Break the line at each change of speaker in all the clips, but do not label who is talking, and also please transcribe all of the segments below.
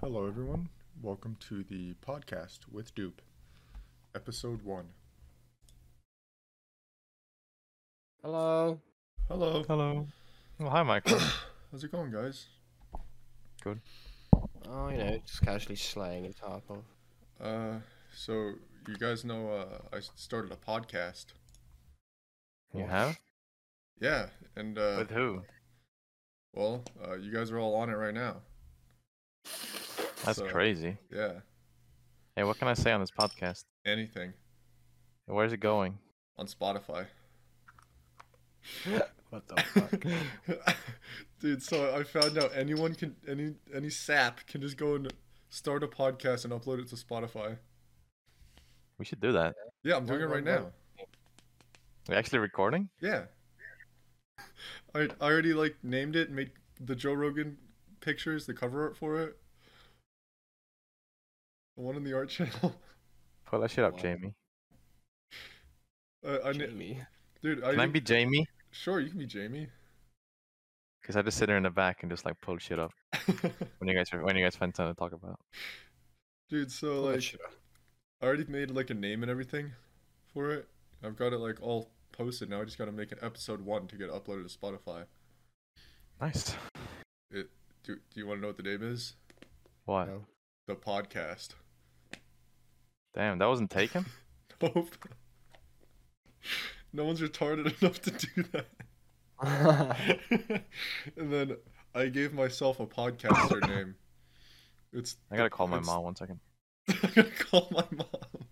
Hello, everyone. Welcome to the podcast with Dupe, episode one.
Hello.
Hello.
Hello. Well, hi, Michael.
How's it going, guys?
Oh, you know, just casually slaying and talking.
Uh, so you guys know uh, I s- started a podcast.
you have?
Yeah, and uh,
With who?
well, uh, you guys are all on it right now.
That's
So,
crazy.
Yeah,
Hey, what can I say on this podcast?
anything
Where's it going?
on Spotify.
What the fuck?
Dude, so I found out anyone can any any sap can just go and start a podcast and upload it to Spotify.
We should do that.
Yeah, I'm doing it
Why-
right
why-
now.
we actually recording?
Yeah. I I already like named it, made the Joe Rogan pictures, the cover art for it. The one on the art channel.
Pull that shit up,
Wow.
Jamie.
Uh, I, na-
Jamie.
dude, I,
Can I
didn't-
be Jamie?
sure you can be Jamie.
Because I just sit there in the back and just like pull shit up when you guys are, when you guys find something to talk about.
dude,
Oh,
so
Well,
like
sure.
I already made like a name and everything for it. I've got it like all posted now. I just gotta make an episode one to get uploaded to Spotify.
Nice.
Do Do you want to know what the name is?
What?
No.
The podcast.
Damn, that wasn't taken.
Nope. No one's retarded enough to do that. and then I gave myself a podcaster name. It's
I gotta call my
it's-
mom one second.
I gotta call my mom.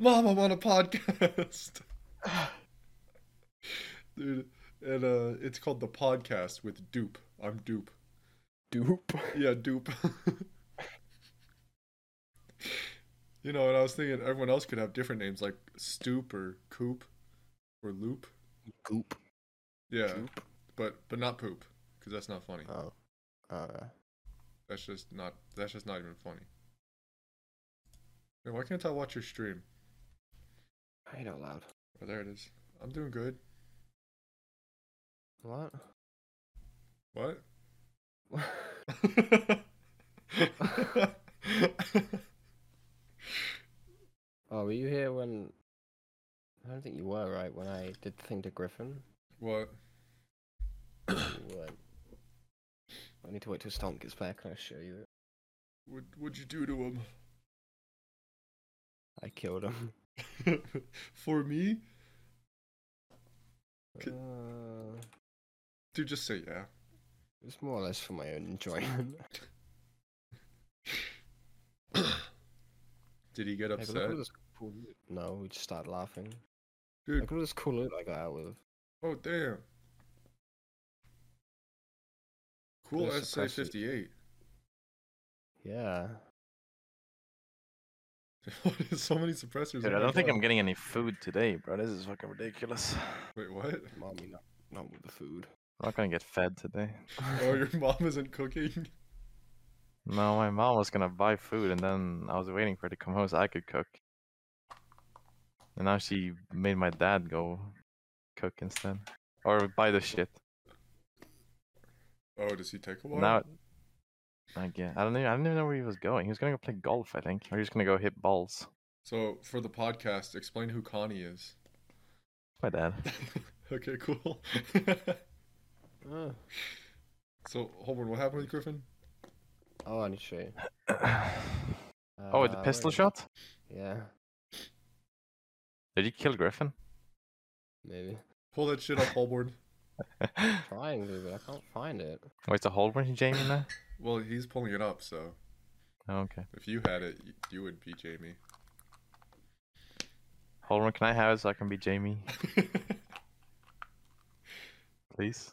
Mom, I'm on a podcast. Dude, and uh it's called the podcast with dupe. I'm dupe.
Dupe.
Yeah, dupe. you know, and I was thinking everyone else could have different names like stoop or coop or loop.
Goop.
Yeah,
Goop.
but but not poop because that's not funny.
Oh. Uh,
That's just not. That's just not even funny. Man, why can't I watch your stream?
I ain't out loud.
Oh, there it is. I'm doing good.
What?
What?
oh, were you here when? I don't think you were right when I did the thing to Griffin.
what?
You weren't. I need to wait till Stomp gets back and I show you it.
What? What'd you do to
I killed him.
him? For me, K-
Uh,
dude, just say yeah.
it's more or less for my own enjoyment.
Did he get
Hey, but look at
upset?
all this cool loot. No, we just started laughing.
Dude.
Look at all this cool loot I got out with.
Oh damn! Cool
Could've
SA
suppressed
fifty eight.
Yeah.
so many suppressors.
Dude,
in
I
my
don't think
car.
I'm getting any food today, bro. This is fucking ridiculous.
Wait, what?
Mommy, not, not with the food.
I'm not gonna get fed today.
Oh, your mom isn't cooking.
No, my mom was gonna buy food, and then I was waiting for her to come home so I could cook. And now she made my dad go cook instead, or buy the shit.
Oh, does he take a while?
Now, I get. I don't even. I don't even know where he was going. He was gonna go play golf, I think, or he was gonna go hit balls.
So for the podcast, explain who Connie is.
My dad.
okay, cool.
Oh.
so Holborn, what happened with Griffin?
oh, I need to show you.
oh, with the
Uh,
pistol
wait.
shot.
Yeah,
Did you kill Griffin?
maybe.
Pull that shit up, Holborn.
oh,
Trying to, but I can't find it.
it's a whole bunch of Jamie now.
Well, he's pulling it up, so
Oh, okay.
if you had it, y- you would be Jamie.
Hold on, can I have it so I can be Jamie, please?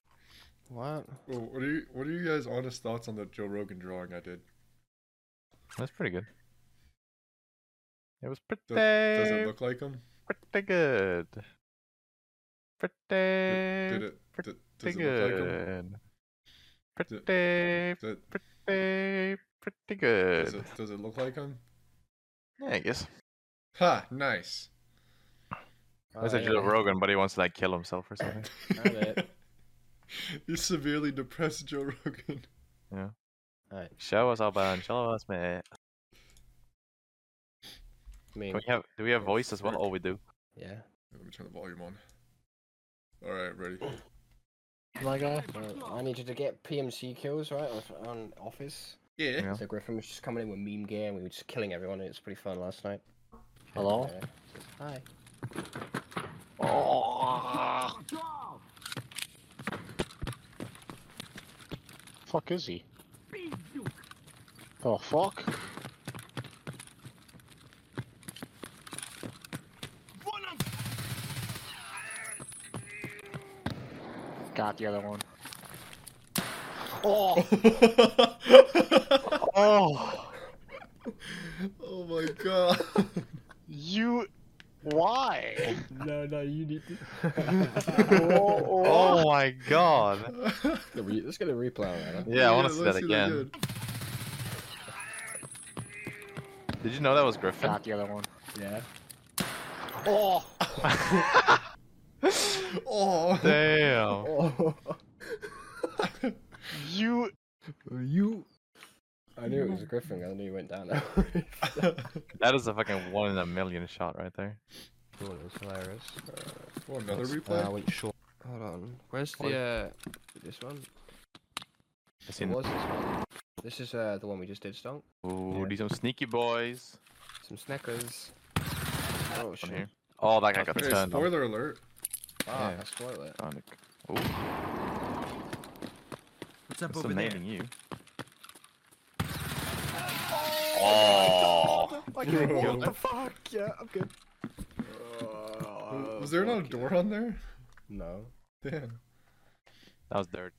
What?
well, what are you? What are you guys' honest thoughts on the Joe Rogan drawing I did?
That's pretty good. It was pretty.
Does it look like him?
pretty good. Pretty.
Did it? d- does
pretty
it look like him?
good.
D-
Pretty.
Does,
Pretty. Pretty
does
good.
it? Does it look like him?
Yeah, I guess.
Ha! Nice.
Uh,
That's a Joe Rogan, but he wants to like kill himself or something.
Got it.
you severely depressed Joe Rogan.
Yeah.
Alright,
Show us, Alban. Show us, mate.
I mean,
Can we have, do we have
Yeah,
voice as well?
sure.
Oh, we do.
yeah.
Let me turn the volume on. All right, ready.
My guy, uh, I need you to get PMC kills, right, off- on Office.
Yeah.
Yeah.
So Griffin was just coming in with meme gear and we were just killing everyone and it was pretty fun last night.
Hello?
Yeah. Hi.
Oh. Fuck is he? Oh fuck! Got the other one. Oh! Oh!
oh my god.
You. Why?
No, no, you need to.
Oh my god.
Let's get a replay on that. huh?
Yeah, I want to see that
let's
again. Did you know that was Griffin?
Got the other one.
Yeah.
Oh!
again. Oh.
Damn.
Oh,
You.
you. I knew it was a Griffin. I knew you went down.
That is a fucking one in a million shot right there.
Oh, it was hilarious.
oh, another replay.
went short. Hold on. Where's
Hold
the uh, this one?
I seen.
It was this one. This is uh the one we just did, Stonk.
Ooh,
Yeah.
these some sneaky boys.
Some snackers. Oh
Come
shit!
here. Oh, that guy got
Hey,
turned. on.
spoiler alert.
Ah,
Yeah.
I spoiled it.
On the- Ooh,
What's up
what's
over there?
nading you?
Bro,
fuck? Yeah, I'm good. Uh,
was there not a door on there?
No.
Damn.
That was dirt.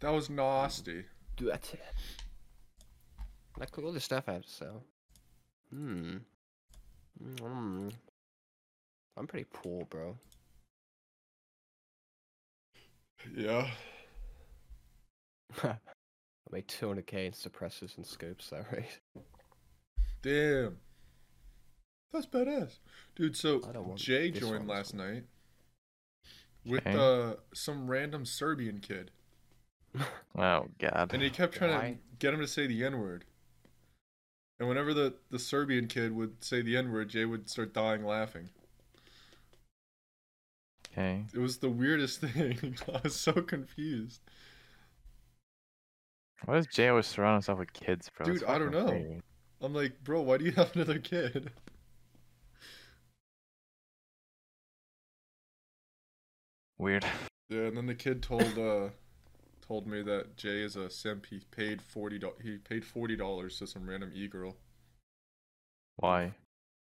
That was nasty.
Do that. Like all the stuff I have to sell. Hmm. Mm. I'm pretty poor, bro.
Yeah.
I made 200k in suppressors and scopes that rate.
Damn. That's badass. Dude, so
I don't want
Jay
this
joined
one.
last night with
Okay.
uh, some random Serbian kid.
Oh god.
And he kept trying
Why?
to get him to say the N word. And whenever the, the Serbian kid would say the N word, Jay would start dying laughing.
Okay.
It was the weirdest thing. I was so confused.
Why does Jay always surround himself with kids, bro?
Dude,
That's
I don't
fucking
know.
crazy.
I'm like, bro, why do you have another kid?
Weird.
Yeah, and then the kid told uh told me that Jay is a simp. He paid forty dollars. He paid forty dollars to some random e girl.
Why?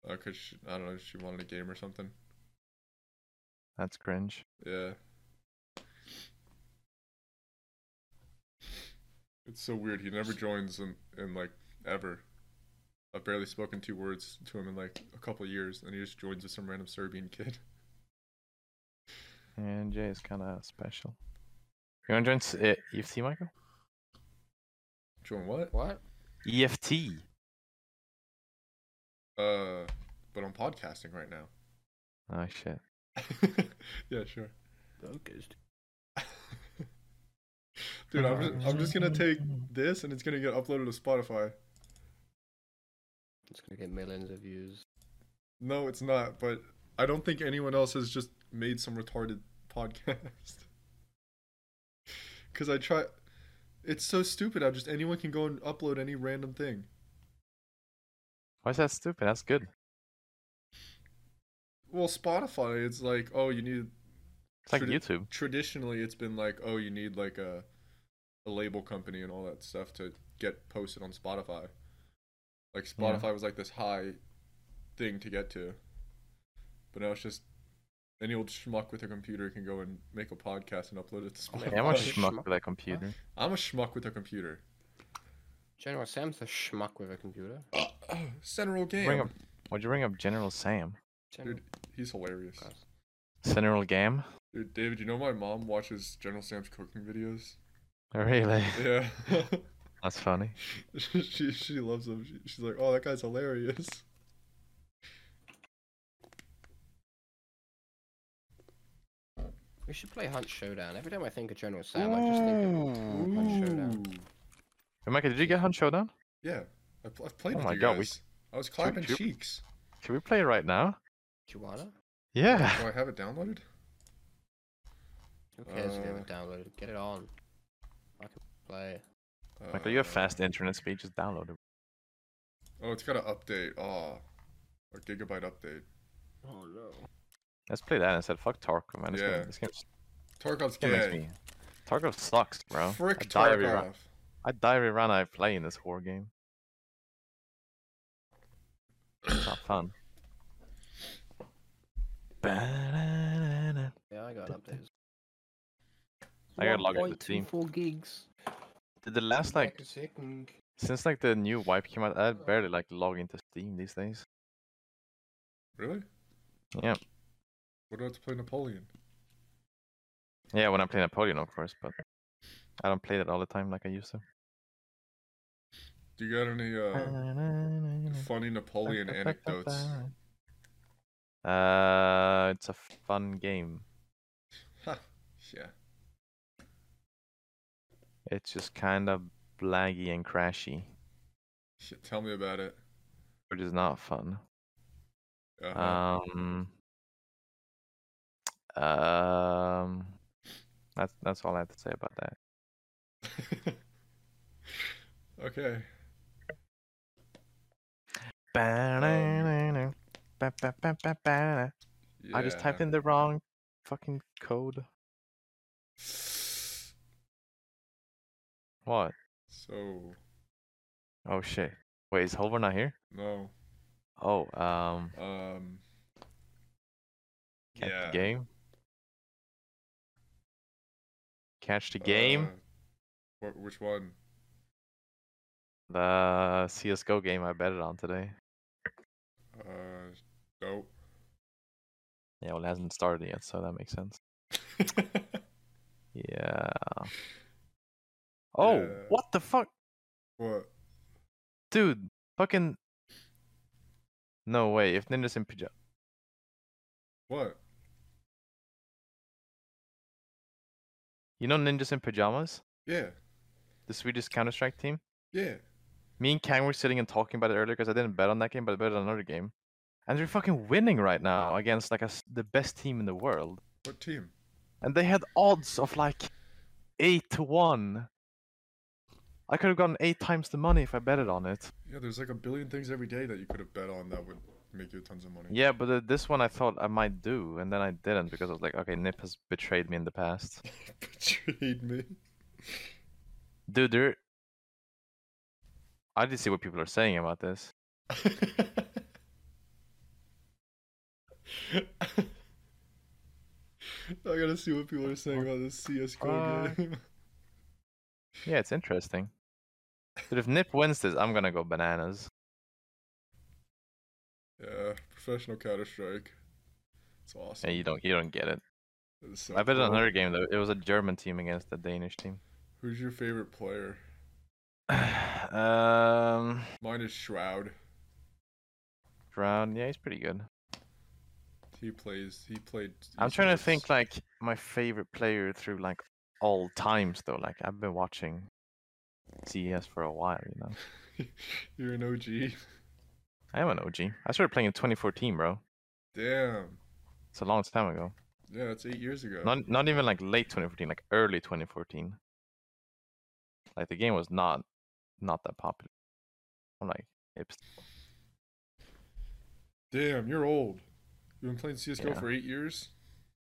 Uh, cause she, I don't know, she wanted a game or something.
That's cringe.
Yeah. It's so weird. He never joins in, in like ever. I've barely spoken two words to him in like a couple years, and he just joins with some random Serbian kid.
And Jay is kind of special. You want to join s- uh, EFT, Michael?
Join what?
What?
E EFT.
Uh, but I'm podcasting right now.
Oh shit.
yeah, sure.
Focused.
Dude, I'm just, I'm just gonna take this and it's gonna get uploaded to Spotify.
It's gonna get millions of views.
No, it's not, but I don't think anyone else has just made some retarded podcast. Cause I try it's so stupid how just anyone can go and upload any random thing.
Why is that stupid? That's good.
Well, Spotify, it's like, oh you need
It's like
Should it-
YouTube.
traditionally it's been like, oh you need like a a label company and all that stuff to get posted on Spotify. Like
Yeah.
Spotify was like this high thing to get to. But now it's just any old schmuck with a computer can go and make a podcast and upload it to Spotify.
Yeah,
Yeah, I want
Spotify.
to schmuck with that computer.
I'm a schmuck with a computer.
General Sam's a schmuck with a computer.
General Game.
Bring up. Why'd you bring up General Sam?
General
Dude. He's hilarious.
Class.
General Gam?
Dude, David, you know my mom watches General Sam's cooking videos?
Really?
Yeah.
That's funny.
she she loves him. She, she's like, oh, that guy's hilarious.
We should play Hunt Showdown. Every time I think of General Sam, I just think of Hunt Showdown.
Ooh.
Can Hey, Micah, did you get Hunt Showdown?
Yeah, I pl- I've played
Oh
with
my
you
God, we-
guys. I was clapping
shoot.
cheeks.
Should we play it right now?
Do you wanna?
Yeah.
Do I have it downloaded?
Who cares if you
Uh,
haven't downloaded? Get it on. I can play.
Micah, you have
Uh,
fast internet speed. Just download it.
Oh, it's got an update. Oh, a gigabyte update.
Oh no.
Let's play that instead. Fuck Tarkov, man. This
Yeah.
game, this game, this
Tarkov's
game makes
gay.
me. Tarkov sucks, bro. I
Frick
die every round.
Tarkov.
I die every round I play in this horror game. It's not fun. Did
Yeah, I got updates.
I gotta log into Steam.
1.24 gigs.
the last
Back
like
a second.
since like the new wipe came out, I barely like log into Steam these days.
Really?
Yeah,
What do I have to play Napoleon?
yeah. When I'm playing Napoleon, of course, but I don't play that all the time like I used to.
Do you got any uh, funny Napoleon Oh. anecdotes?
Uh, it's a fun game.
Ha, yeah.
It's just kind of laggy and crashy,
Yeah, Tell me about it.
which is not fun.
Uh-huh.
Um, um, that's that's all I have to say about that.
okay. Um,
I just typed
yeah.
in the wrong fucking code. What?
So
Oh shit! Wait, is Holver not here?
no.
Oh, um,
Um.
catch
yeah.
the game. Catch the game.
Uh, wh- which one?
The CS:GO game I betted on today.
Uh, no.
Yeah, well, it hasn't started yet, so that makes sense. Yeah. Oh,
Yeah.
what the fuck,
what?
dude? Fucking. No way. If Ninja's in Pijama,
What?
you know Ninjas in Pajamas,
Yeah.
the Swedish Counter Strike team.
Yeah.
Me and Kang were sitting and talking about it earlier because I didn't bet on that game, but I bet on another game, and they're fucking winning right now against like a s the best team in the world,
What team?
and they had odds of like eight to one. I could have gotten eight times the money if I betted on it.
Yeah, there's like a billion things every day that you could have bet on that would make you tons of money.
Yeah, but uh, this one I thought I might do, and then I didn't because I was like, okay, Nip has betrayed me in the past.
Betrayed me.
Dude, there. I didn't see what people are saying about this.
I gotta see what people are saying about this CSGO
Fuck.
game.
Yeah, it's interesting. But if Nip wins this, I'm gonna go bananas.
yeah, professional Counter Strike. It's awesome.
Yeah, you don't, you don't get it.
That is so
I bet on
cool.
another game though. It was a German team against a Danish team.
Who's your favorite player?
um,
Mine is Shroud.
Brown. Yeah, he's pretty good.
He plays. He played.
I'm trying to
esports.
think like my favorite player through like all times though. Like I've been watching CES for a while, you know.
You're an OG.
I am an OG. I started playing in 2014, bro.
Damn.
It's a long time ago.
Yeah, it's eight years ago.
Not not even like late 2014, like early 2014. Like the game was not not that popular. I'm like, it's
Damn, you're old. You've been playing CS:GO
Yeah.
for eight years.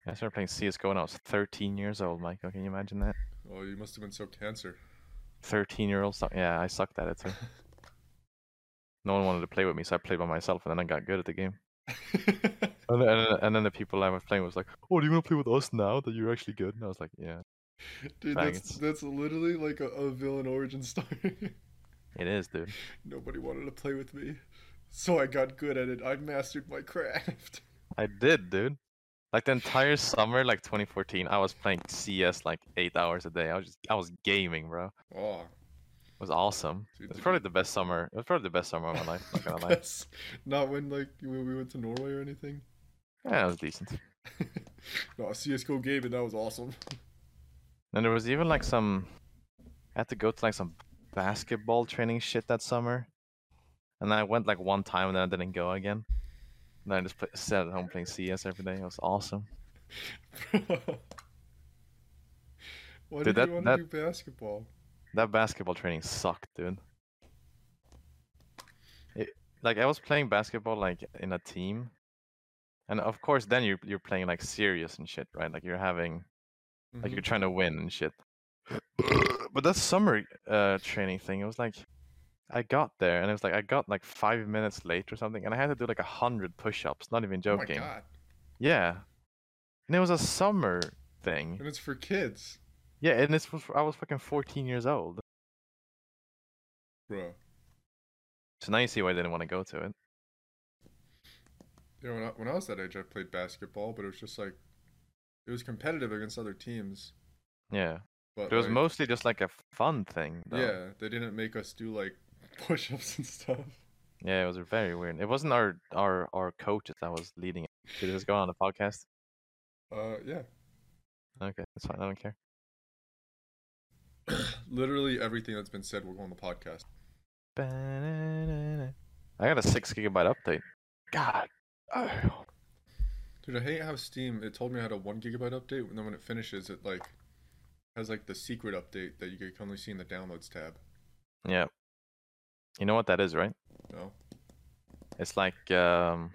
I started playing CS:GO when I was 13 years old. Mike, can you imagine that?
Oh, you must have been so cancer.
13 year old, suck- yeah, I sucked at it too. No one wanted to play with me, so I played by myself, and then I got good at the game. And then, and then- and then the people I was playing was like, "Oh, do you want to play with us now that you're actually good?" And I was like, "Yeah,
Dude, that's
Faggots.
that's literally like a, a villain origin story.
it is, dude."
Nobody wanted to play with me, so I got good at it. I mastered my craft.
I did, dude. Like the entire summer, like 2014, I was playing CS like eight hours a day. I was just, I was gaming, bro. It
Oh,
was awesome.
Dude,
It's
did
probably
you-
the best summer. It was probably the best summer of my life. Not gonna lie.
not when like when we went to Norway or anything.
Yeah, it was decent.
No, CS:GO game, and that was awesome.
And there was even like some. I had to go to like some basketball training shit that summer, and I went like one time and then I didn't go again. And I just play, sat at home playing CS every day. It was awesome.
Why
Dude,
did
that-
you want
that-
to do basketball?
That basketball training sucked, dude. It, like I was playing basketball like in a team, and of course then you're you're playing like serious and shit, right? Like you're having
Mhm.
like you're trying to win and shit. but that summer uh, training thing, it was like I got there and it was like I got like five minutes late or something, and I had to do like a hundred push-ups. Not even
oh my
joking.
god!
yeah, and it was a summer thing.
And it's for kids,
Yeah, and this was I was fucking 14 years old.
bro.
So now you see why I didn't want to go to it.
You know, when I, when I was that age, I played basketball, but it was just like it was competitive against other teams.
Yeah,
But
it was
like,
mostly just like a fun thing. Though.
yeah, they didn't make us do like push-ups and stuff.
yeah, it was very weird. It wasn't our our our coach that was leading it. Did this go on the podcast?
Uh, yeah.
Okay, that's fine. I don't care.
Literally everything that's been said will go on the podcast.
Ba-na-na-na. I got a six gigabyte update. God. Oh.
Dude, I hate how Steam it told me I had a one gigabyte update, and then when it finishes, it like has like the secret update that you can only see in the downloads tab.
Yeah. You know what that is, right?
No,
It's like um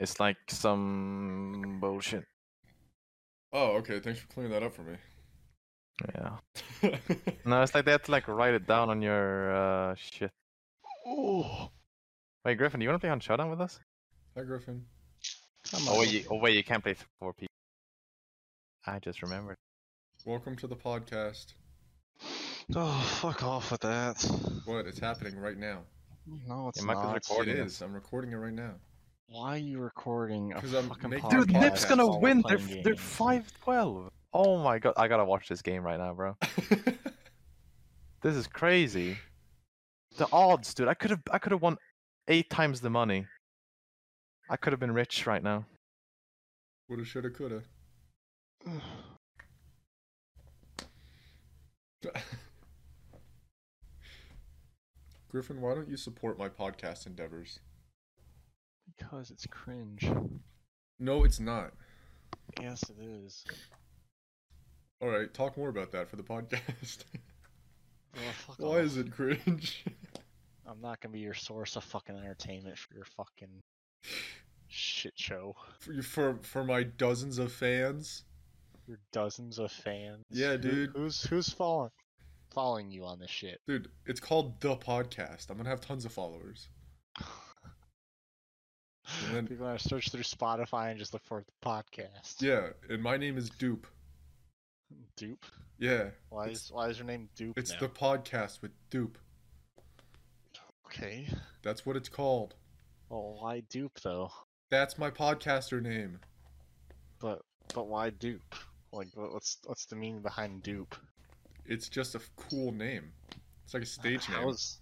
It's like some bullshit.
Oh, okay. Thanks for clearing that up for me.
Yeah. No, it's like they have to like write it down on your uh shit.
Oh,
Wait, Griffin, do you wanna play on Showdown with us?
Hi, Griffin.
Oh wait, you, oh wait, you can't play th- four people. I just remembered.
Welcome to the podcast.
oh, fuck off with that.
What? It's happening right now.
No, it's
Mike is
not.
recording.
it
it.
is. I'm recording it right now.
Why are you recording a
'Cause I'm
fucking
making-
podcast?
Dude, Nip's gonna
while we're playing games?
twelve. Oh my god, I gotta watch this game right now, bro. This is crazy. The odds, dude. I could have I could have won eight times the money. I could have been rich right now.
Woulda, shoulda, coulda. Griffin, why don't you support my podcast endeavors?
Because it's cringe.
No, it's not.
Yes, it is.
All right, talk more about that for the podcast.
Oh, fuck
Why
off.
is it cringe?
I'm not gonna be your source of fucking entertainment for your fucking shit show.
for, for for my dozens of fans.
Your dozens of fans.
Yeah,
Who-
dude.
Who's who's following following you on this shit?
Dude, it's called the podcast. I'm gonna have tons of followers. And then-
People are gonna search through Spotify and just look for the podcast.
Yeah, and my name is Dupe.
Dupe.
Yeah,
Why
It's-
is why is your name Dupe
it's
now?
the podcast with Dupe.
Okay.
That's what it's called.
Well, why Dupe though?
That's my podcaster name.
But but why Dupe? Like what- what's what's the meaning behind Dupe?
It's just a f- cool name. It's like a stage name.
How is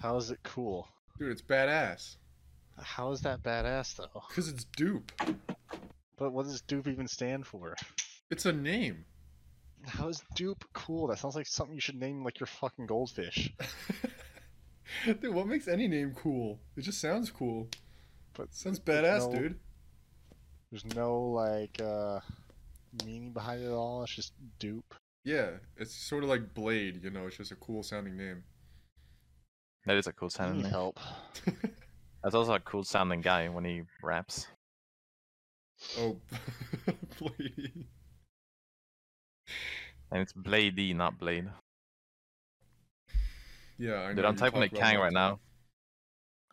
how is it cool?
Dude, it's badass.
How is that badass though?
Because it's dupe.
But what does Dupe even stand for?
It's a name.
How is dupe cool? That sounds like something you should name like your fucking goldfish.
dude, what makes any name cool? It just sounds cool.
But
sounds badass,
no-
dude.
There's no like uh meaning behind it at all. It's just dupe.
Yeah, it's sort of like Blade, you know, it's just a cool sounding name.
That is a cool
I
Mm.
sounding.
need
name.
help.
That's also a cool sounding guy when he raps.
oh, Blade.
And it's Bladey, not Blade.
Yeah, I know.
Dude, I'm
you
typing a
talk about
Kang
all
right
the
now.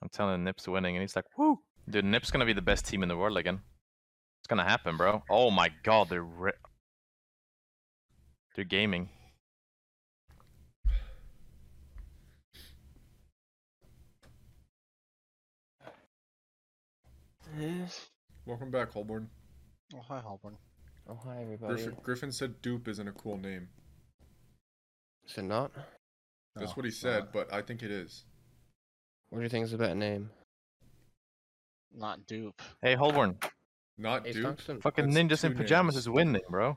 I'm telling Nip's winning, and he's like, "Woo, dude, Nip's gonna be the best team in the world again. It's gonna happen, bro. Oh my god, they're ri- they're gaming.
Yes.
time. Welcome back, Holborn.
Oh hi Halborn.
Oh, hi, everybody.
Griffin, Griffin said dupe isn't a cool name.
Is it not?
That's
No,
what he
it's
said, but I think it is.
What do you think is a better name?
Not, not dupe.
Hey, Holborn,
Not
Ace
dupe.
Thompson.
fucking
That's
ninjas in
two
pajamas
names.
is winning, bro.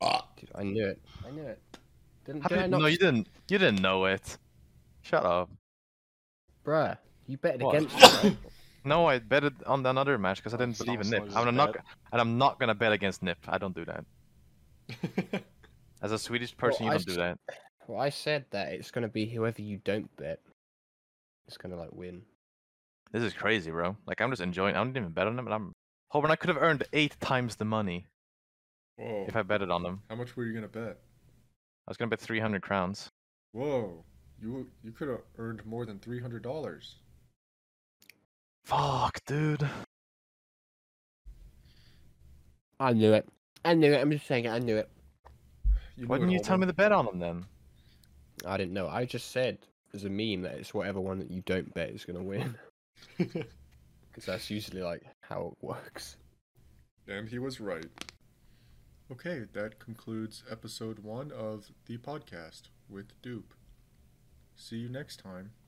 Ah.
Dude, I knew it. I knew it. Didn't,
How
did I
did-
not?
no, you didn't. You didn't know it. Shut up.
Bruh, you betted
What?
against me. right?
No, I betted on another match because I didn't
Sounds
believe in
like
Nip.
it's
I'm not,
bad.
and I'm not gonna bet against Nip. I don't do that. As a Swedish person,
I
you don't do
s-
that.
Well, I said that it's gonna be whoever you don't bet. It's gonna like win.
This is crazy, bro. Like I'm just enjoying. I didn't even bet on him, and I'm hoping I could have earned eight times the money
Whoa.
if I betted on him.
How much were you gonna bet?
I was gonna bet 300 crowns.
Whoa. You you could have earned more than three hundred dollars.
Fuck, dude.
I knew it. I knew it. I'm just saying it. I knew it.
Why didn't you tell me to bet on him then?
I didn't know. I just said as a meme that it's whatever one that you don't bet is gonna win.
the?
Because that's usually like how it works.
and he was right. Okay, that concludes episode one of the podcast with Dupe. See you next time.